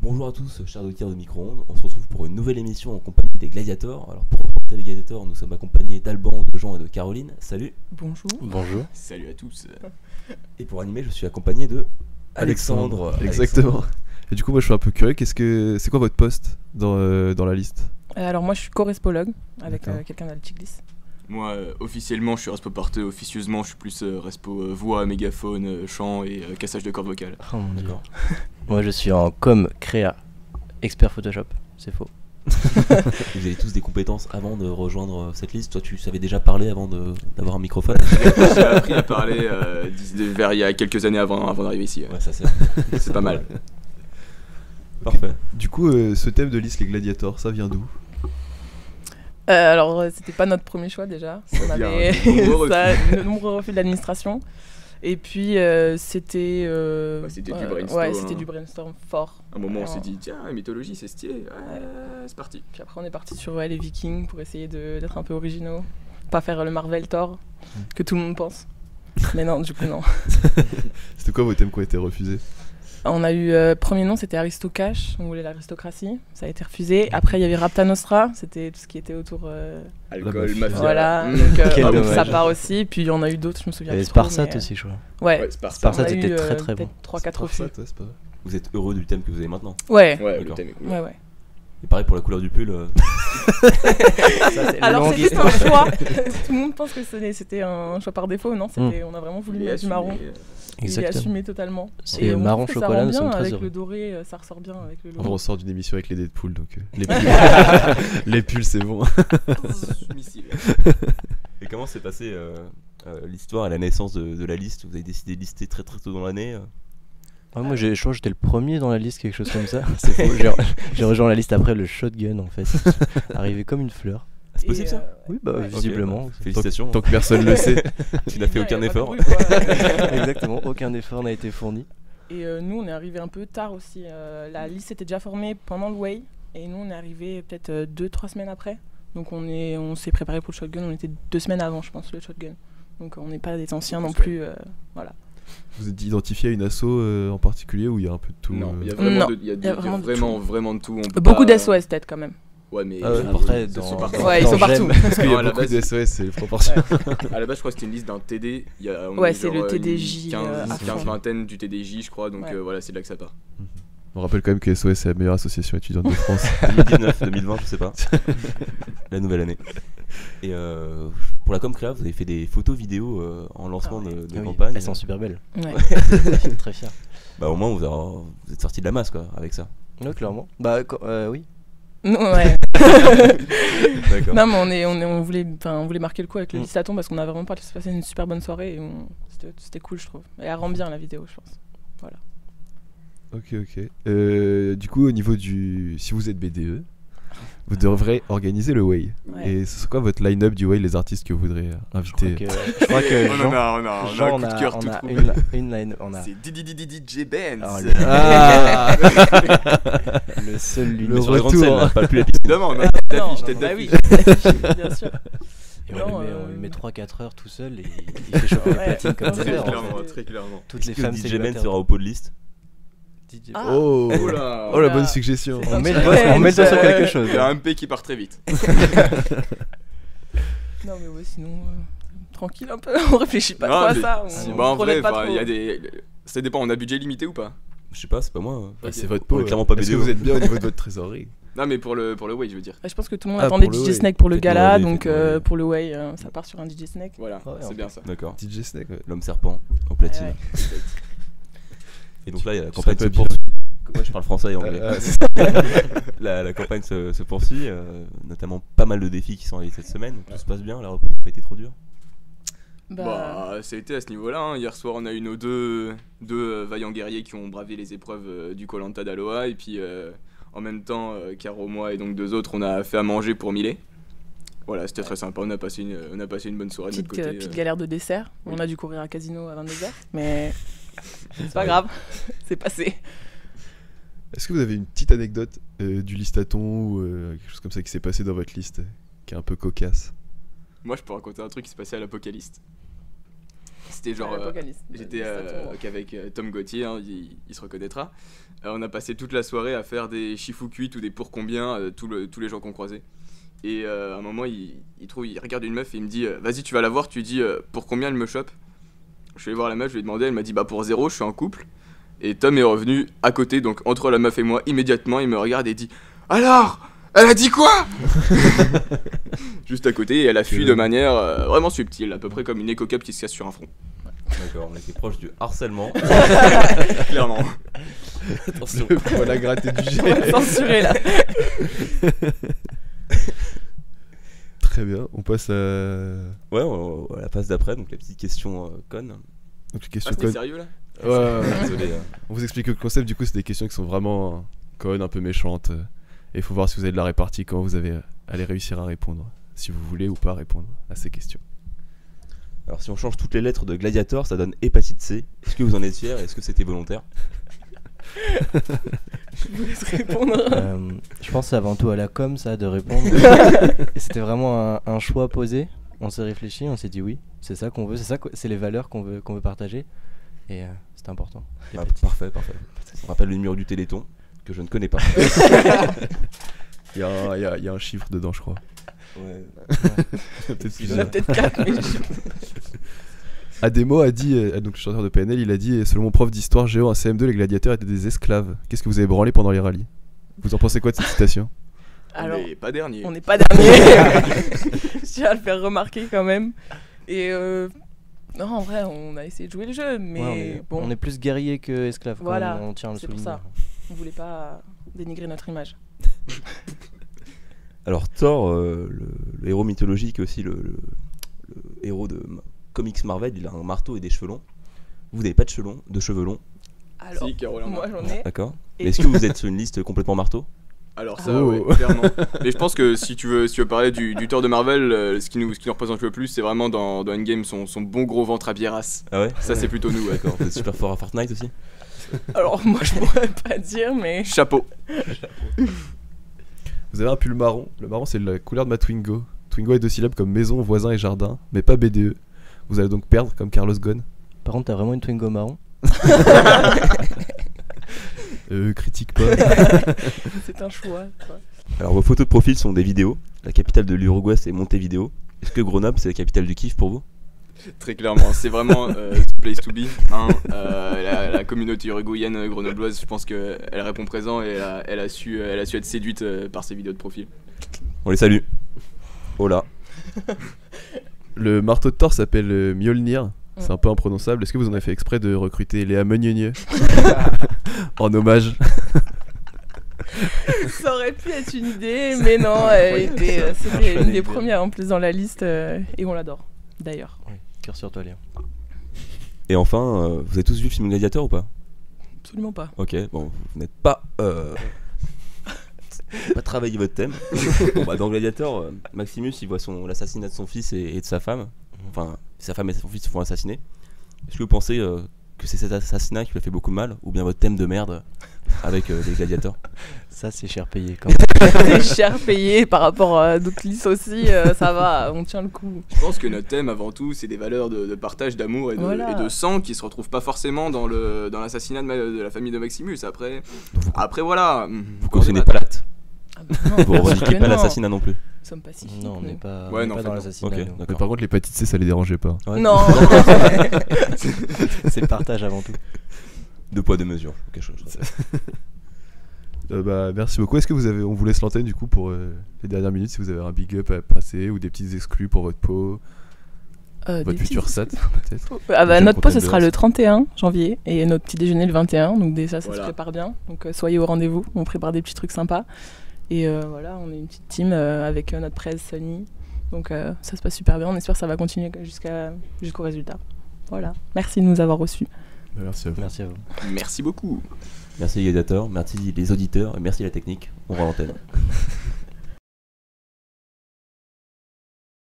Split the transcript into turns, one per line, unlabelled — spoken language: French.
Bonjour à tous, chers auditeurs de micro-ondes. On se retrouve pour une nouvelle émission en compagnie des Gladiators. Alors, pour représenter les Gladiators, nous sommes accompagnés d'Alban, de Jean et de Caroline. Salut.
Bonjour.
Bonjour.
Salut à tous.
Et pour animer, je suis accompagné de Alexandre.
Exactement. Et du coup, moi, je suis un peu curieux. Qu'est-ce que c'est quoi votre poste dans, euh, dans la liste
Euh, alors moi je suis correspologue avec
D'accord.
euh, quelqu'un de la Chiclis.
Moi, euh, officiellement, je suis respo porteux. Officieusement, je suis plus euh, respo euh, voix, mégaphone, euh, chant et euh, cassage de cordes vocales.
D'accord.
Oh Moi je suis en com créa, expert Photoshop, c'est faux.
Vous avez tous des compétences avant de rejoindre euh, cette liste. Toi, tu savais déjà parler avant de- d'avoir un microphone.
J'ai appris à parler euh, d'ici- de- vers il y a quelques années avant, avant d'arriver ici. ouais.
Ouais, ça c'est
C'est pas mal.
parfait.
Du coup, euh, ce thème de liste, les gladiators, ça vient d'où
Euh, alors euh, c'était pas notre premier choix déjà. On
Il y a
avait
de nombreux
ça,
refus.
de nombreux refus de l'administration. Et puis euh, c'était. euh,
Ouais, c'était du
euh,
brainstorm,
ouais, c'était
hein.
du brainstorm fort.
À un moment, on
Alors,
s'est dit, tiens, mythologie, c'est stylé. Ouais, euh, c'est parti.
Puis après on est parti sur ouais, les Vikings pour essayer de- d'être un peu originaux, pas faire le Marvel Thor
Mm.
que tout le monde pense. Mais non, du coup non.
C'était quoi vos thèmes qui ont été refusés
On a eu euh, premier nom, c'était Aristocash, on voulait l'aristocratie, ça a été refusé. Après il y avait Rapta Nostra, c'était tout ce qui était autour. euh,
Alcool,
mafia.
mafia.
Voilà,
Mm.
donc euh,
Mmh. Quel
ah oui,
dommage.
ça part aussi. Puis il y en a eu d'autres, je me
Il
souviens
y avait
plus trop,
Sparsat
mais, euh,
aussi, je crois.
Ouais.
Ouais, c'est parti.
Sparsat
On a
était
eu,
très,
euh,
très bon.
peut-être trois, quatre
Pour ça,
refus.
toi, c'est pas vrai.
Vous êtes heureux du thème que vous avez maintenant.
Ouais.
Ouais, le
D'accord.
thème est cool.
Ouais, ouais.
Et pareil pour la couleur du pull. euh,
Alors c'est juste un choix. Tout le monde pense que ce n'est- c'était un choix par défaut, non C'était, on a vraiment voulu
Il est
mettre du
assumé,
marron.
euh,
Il est
Mmh. Exactement.
assumé totalement.
C'est
Et on
marron
trouve que
chocolat, nous
ça rend
sommes
bien
très
avec le
heureux.
doré, euh, ça ressort bien avec le
En vrai,
logo.
on sort d'une émission avec les Deadpool, donc euh, les pulls, les pulls, c'est bon.
euh, missile.
Et comment s'est passée euh, euh, l'histoire et la naissance de, de la liste Vous avez décidé de lister très très tôt dans l'année. euh.
Ouais, Ah, moi j'ai- je crois que j'étais le premier dans la liste, quelque chose comme ça. c'est faux. J'ai, j'ai rejoint la liste après le shotgun en fait. Arrivé comme une fleur.
C'est possible
Et,
ça
euh,
Oui, bah
Ouais.
Ok,
visiblement.
bah, félicitations.
Tant que personne le sait.
tu n'as fait
ouais,
aucun
y a pas de
effort.
bruit, quoi.
Exactement, aucun effort n'a été fourni.
Et euh, nous, on est arrivé un peu tard aussi. Euh, la liste était déjà formée pendant le Way. Et nous, on est arrivé peut-être 2-3 semaines après. Donc on est, on s'est préparé pour le shotgun. On était deux semaines avant, je pense, le shotgun. Donc euh, on n'est pas des anciens non plus. euh, voilà.
Vous êtes identifié à une asso euh, en particulier où il y a un peu de tout
Non,
euh,
il y a
Non.
vraiment, de, il y a de- il y a
vraiment de
vraiment, vraiment de tout. on peut
Beaucoup
pas-
d'SOS tête quand même.
Ouais, mais
Ah ouais.
Après,
ils
dans-
sont partout.
dans-
Ouais, ils sont
dans
partout.
Gemme,
Parce qu'il y
Non,
a
à la
beaucoup
base-
de SOS, c'est les proportions.
À la base, je crois que c'était une liste d'un TD. Il y a, on
Ouais,
est
c'est
genre,
le
euh, une
TDJ, euh,
15,
à
15
fond.
vingtaine du TDJ, je crois. Donc
Ouais.
euh, voilà, c'est de là que ça part.
On rappelle quand même que SOS est la meilleure association étudiante de France.
2019, 2020, je sais pas. la nouvelle année. Et euh, pour la com créa, vous avez fait des photos vidéos euh, en lancement
Ah ouais.
de, de
Ah oui,
campagne.
Elles sont super belles.
Ouais.
Je suis très fier.
Bah au moins vous, aurez- vous êtes sorti de la masse quoi avec ça.
Ouais, clairement. Bah, quand- euh, oui.
Non, ouais.
D'accord.
non mais on, est, on, est- on voulait, enfin, on voulait marquer le coup avec le
Mm.
listaton parce qu'on a vraiment passé une super bonne soirée. et on- c'était- C'était cool, je trouve. Et elle rend bien la vidéo, je pense.
Ok, ok. Euh, du coup, au niveau du. Si vous êtes BDE, vous devrez organiser le Way.
Ouais.
Et ce serait quoi votre line-up du Way, les artistes que vous voudrez euh,
Je crois
inviter
que, je crois que Jean,
a, on a,
Jean, on a- on a une, une line. On a
C'est DJ Benz.
Oh, le-
Ah
le seul, l'unique.
Le
Sur la grande
retour.
scène, là, pas plus la
Évidemment, on a tête
Non,
d'affiche,
non,
tête
bah oui,
d'affiche.
bien sûr.
Et on,
Non,
lui met,
euh,
on lui met 3-4 heures tout seul et il fait choper les
Ouais.
platines comme
Très
ça.
Très
en fait.
clairement, très clairement.
Toutes les femmes
DJ Man
célibataires.
sera au pot de liste.
DJ
Ah.
oh.
Oh là
Oh la
Oula.
bonne suggestion
C'est
On
un
met le
petit
doigt on
challenge,
met le doigt sur
euh,
quelque chose.
Il y a un P qui part très vite.
Non mais ouais, sinon euh, tranquille un peu, on réfléchit pas
Non,
trop à
mais-
ça. On,
si,
on
Bah en
projette
vrai,
pas
enfin,
trop.
il y a des. Ça dépend, on a budget limité ou pas
Je sais pas, c'est pas moi. hein.
Bah,
Ah, C'est votre
On
peau.
est clairement pas
Est-ce que
BDE.
vous êtes bien au niveau de votre trésorerie
Non, mais pour le, pour le way, je veux dire.
Je pense que tout le monde
Ah,
attendait
pour le
DJ
way.
Snake pour le
Faites-moi
gala,
rêver,
donc
faites-moi
euh,
rêver.
pour le way, euh, ça part sur un DJ Snake.
Voilà,
Ouais, en
c'est bien ça.
D'accord.
DJ Snake, ouais.
L'homme serpent au platine.
Ouais, ouais.
Et donc là, il y a la
Tu
campagne se
serais pas
poursuit. Ouais, je parle français et anglais.
Ah, ah, c'est-
la, la campagne se, se poursuit, euh, notamment pas mal de défis qui sont arrivés cette semaine. Tout se passe bien, la reprise n'a pas été trop dure.
Bah,
Bah, ça a été à ce niveau-là. hein. Hier soir, on a eu nos deux, deux euh, vaillants guerriers qui ont bravé les épreuves euh, du Colanta d'Aloha. Et puis, euh, en même temps, euh, Caro, moi et donc deux autres, on a fait à manger pour Millet. Voilà, c'était très sympa. On a passé une, on a passé une bonne soirée
petite,
de
euh,
notre côté.
petite
euh.
galère de dessert.
oui.
On a dû courir à casino à 22h, mais c'est pas grave, c'est passé.
Est-ce que vous avez une petite anecdote euh, du listaton ou euh, quelque chose comme ça qui s'est passé dans votre liste euh, qui est un peu cocasse
Moi, je peux raconter un truc qui s'est passé à l'Apocalypse. C'était genre. euh,
Apocalypse.
J'étais
Bah, Ça
euh,
tourne.
qu'avec euh, Tom Gauthier, hein, il, il se reconnaîtra. Euh, on a passé toute la soirée à faire des chiffous cuits ou des pour combien, euh, tout le- tous les gens qu'on croisait. Et euh, à un moment, il, il trouve, il regarde une meuf et il me dit euh, Vas-y, tu vas la voir, tu dis euh, pour combien elle me chope Je suis allé voir la meuf, je lui ai demandé, elle m'a dit Bah pour zéro, je suis en couple. Et Tom est revenu à côté, donc entre la meuf et moi, immédiatement, il me regarde et dit Alors Elle a dit quoi Juste à côté, et elle a fui de manière euh, vraiment subtile, à peu près comme une éco-cup qui se casse sur un front.
D'accord, on était proche du harcèlement.
Clairement.
Attention.
voilà, gratter du
On va
euh,
jet.
censurer là.
Très bien, on passe à.
Ouais, on- on- à la phase d'après, donc la petite question euh, conne.
Donc, les
Ah,
questions
c'était
connes.
sérieux là
Ouais, ouais, ouais.
Désolé. hein.
On vous explique le concept, du coup, c'est des questions qui sont vraiment euh, connes, un peu méchantes. euh, Et il faut voir si vous avez de la répartie quand vous avez, euh, allez réussir à répondre. Si vous voulez ou pas répondre à ces questions.
Alors, si on change toutes les lettres de Gladiator, ça donne hépatite C. Est-ce que vous en êtes fier Est-ce que c'était volontaire
Je vous laisse répondre.
Euh, je pense que c'est avant tout à la com, ça, de répondre. Et c'était vraiment un, un choix posé. On s'est réfléchi, on s'est dit oui, c'est ça qu'on veut, c'est ça, que- c'est les valeurs qu'on veut, qu'on veut partager. Et euh, c'est important.
Ah, Parfait, parfait. On rappelle le numéro du Téléthon, que je ne connais pas.
Il y, a un- il y a- il y a un chiffre dedans, je crois.
Ouais.
Peut-être
Il y
plus
en a
d'un.
peut-être quatre, mais je-
Ademo a dit, euh, donc le chanteur de PNL, il a dit, euh, selon mon prof d'histoire géo, en CM2, les gladiateurs étaient des esclaves. Qu'est-ce que vous avez branlé pendant les rallyes Vous en pensez quoi de cette citation
Alors,
on n'est pas dernier.
on n'est pas dernier. je tiens à le faire remarquer quand même. Et euh, non, en vrai, on a essayé de jouer le jeu, mais
Ouais, on, est,
bon,
on est plus guerrier que esclave. quand
Voilà,
même, on tient à le
c'est pour
souligner.
ça. on voulait pas dénigrer notre image.
Alors Thor, euh, le, le héros mythologique aussi, le, le- le héros de Ma- comics Marvel, il a un marteau et des cheveux longs. Vous n'avez pas de cheveux longs, de cheveux longs,
Alors,
Si, Caroline.
moi j'en ai.
d'accord
Et-
Mais Est-ce que vous êtes sur une liste complètement marteau
Alors
Ah.
ça, ouais,
Oh.
clairement. Mais je pense que si tu veux, si tu veux parler du, du Thor de Marvel, euh, ce, qui nous, ce qui nous représente le plus, c'est vraiment dans, dans Endgame son, son bon gros ventre à biérasse.
Ah ouais
Ça, c'est plutôt nous, ouais.
D'accord, vous êtes super fort à Fortnite aussi
Alors, moi je pourrais pas dire, mais
Chapeau.
Vous avez un pull marron. Le marron, c'est la couleur de ma Twingo. Twingo est deux syllabes comme maison, voisin et jardin, mais pas BDE. Vous allez donc perdre comme Carlos Ghosn.
Par contre, t'as vraiment une Twingo marron
Euh, critique pas.
c'est un choix. quoi.
Alors vos photos de profil sont des vidéos. La capitale de l'Uruguay c'est Montevideo. Est-ce que Grenoble c'est la capitale du kiff pour vous
Très clairement, c'est vraiment euh, the place to be. hein. Euh, la, la communauté uruguayenne grenobloise, je pense qu'elle répond présent et elle a, elle a su, elle a su être séduite euh, par ses vidéos de profil.
On les salue. Oh Hola.
Le marteau de Thor s'appelle euh, Mjolnir. C'est un peu imprononçable. Est-ce que vous en avez fait exprès de recruter Léa Meunier En hommage.
Ça aurait pu être une idée, mais non, elle était, euh, c'était une des premières en plus dans la liste euh, et on l'adore d'ailleurs.
Oui, cœur sur toi, Léa.
Et enfin, euh, vous avez tous vu le film Gladiator ou pas
Absolument pas.
Ok, bon, vous n'êtes pas. euh, pas travaillé votre thème. bon, bah, dans Gladiator, euh, Maximus, il voit son, l'assassinat de son fils et, et de sa femme. Enfin, sa femme et son fils se font assassiner. Est-ce que vous pensez euh, que c'est cet assassinat qui lui a fait beaucoup de mal Ou bien votre thème de merde avec euh, les gladiateurs
Ça, c'est cher payé quand même.
C'est cher payé par rapport à d'autres listes aussi, euh, ça va, on tient le coup.
Je pense que notre thème, avant tout, c'est des valeurs de, de partage, d'amour et, de-
Voilà.
et de sang qui se retrouvent pas forcément dans le- dans l'assassinat dans de, ma- de la famille de Maximus. Après,
vous-
après voilà. hmm,
Vous
on
cautionnez
débat.
pas l'acte
Ah bah non,
Vous revendiquez
absolument.
pas l'assassinat non plus
Nous sommes pacifiques.
Non, on
nous.
n'est pas,
Ouais,
on est
non, en
pas
fait,
dans
non.
l'assassinat.
Ok,
nous.
Mais
d'accord.
par contre, l'hépatite C, ça les dérangeait pas.
Ouais.
Non,
C'est le partage avant tout.
Deux poids, deux mesures. quelque chose comme ça.
Euh, bah, merci beaucoup. Est-ce que vous avez. On vous laisse l'antenne du coup pour euh, les dernières minutes si vous avez un big up à passer ou des petites exclus pour votre peau,
Euh,
votre
des
futur
petits-
SAT peut-être
Ah bah,
Futur
notre poste ce
contact
sera
de
le 31 janvier et notre petit déjeuner le 21. Donc déjà ça
Voilà.
se prépare bien. Donc euh, soyez au rendez-vous, on prépare des petits trucs sympas. Et euh, voilà, on est une petite team euh, avec euh, notre presse Sony. Donc euh, ça se passe super bien, on espère que ça va continuer jusqu'à jusqu'au résultat. Voilà, merci de nous avoir reçus.
Bah, Merci à vous.
Merci à vous.
Merci beaucoup.
Merci les gladiateurs, merci les auditeurs et merci la technique. On rend l'antenne.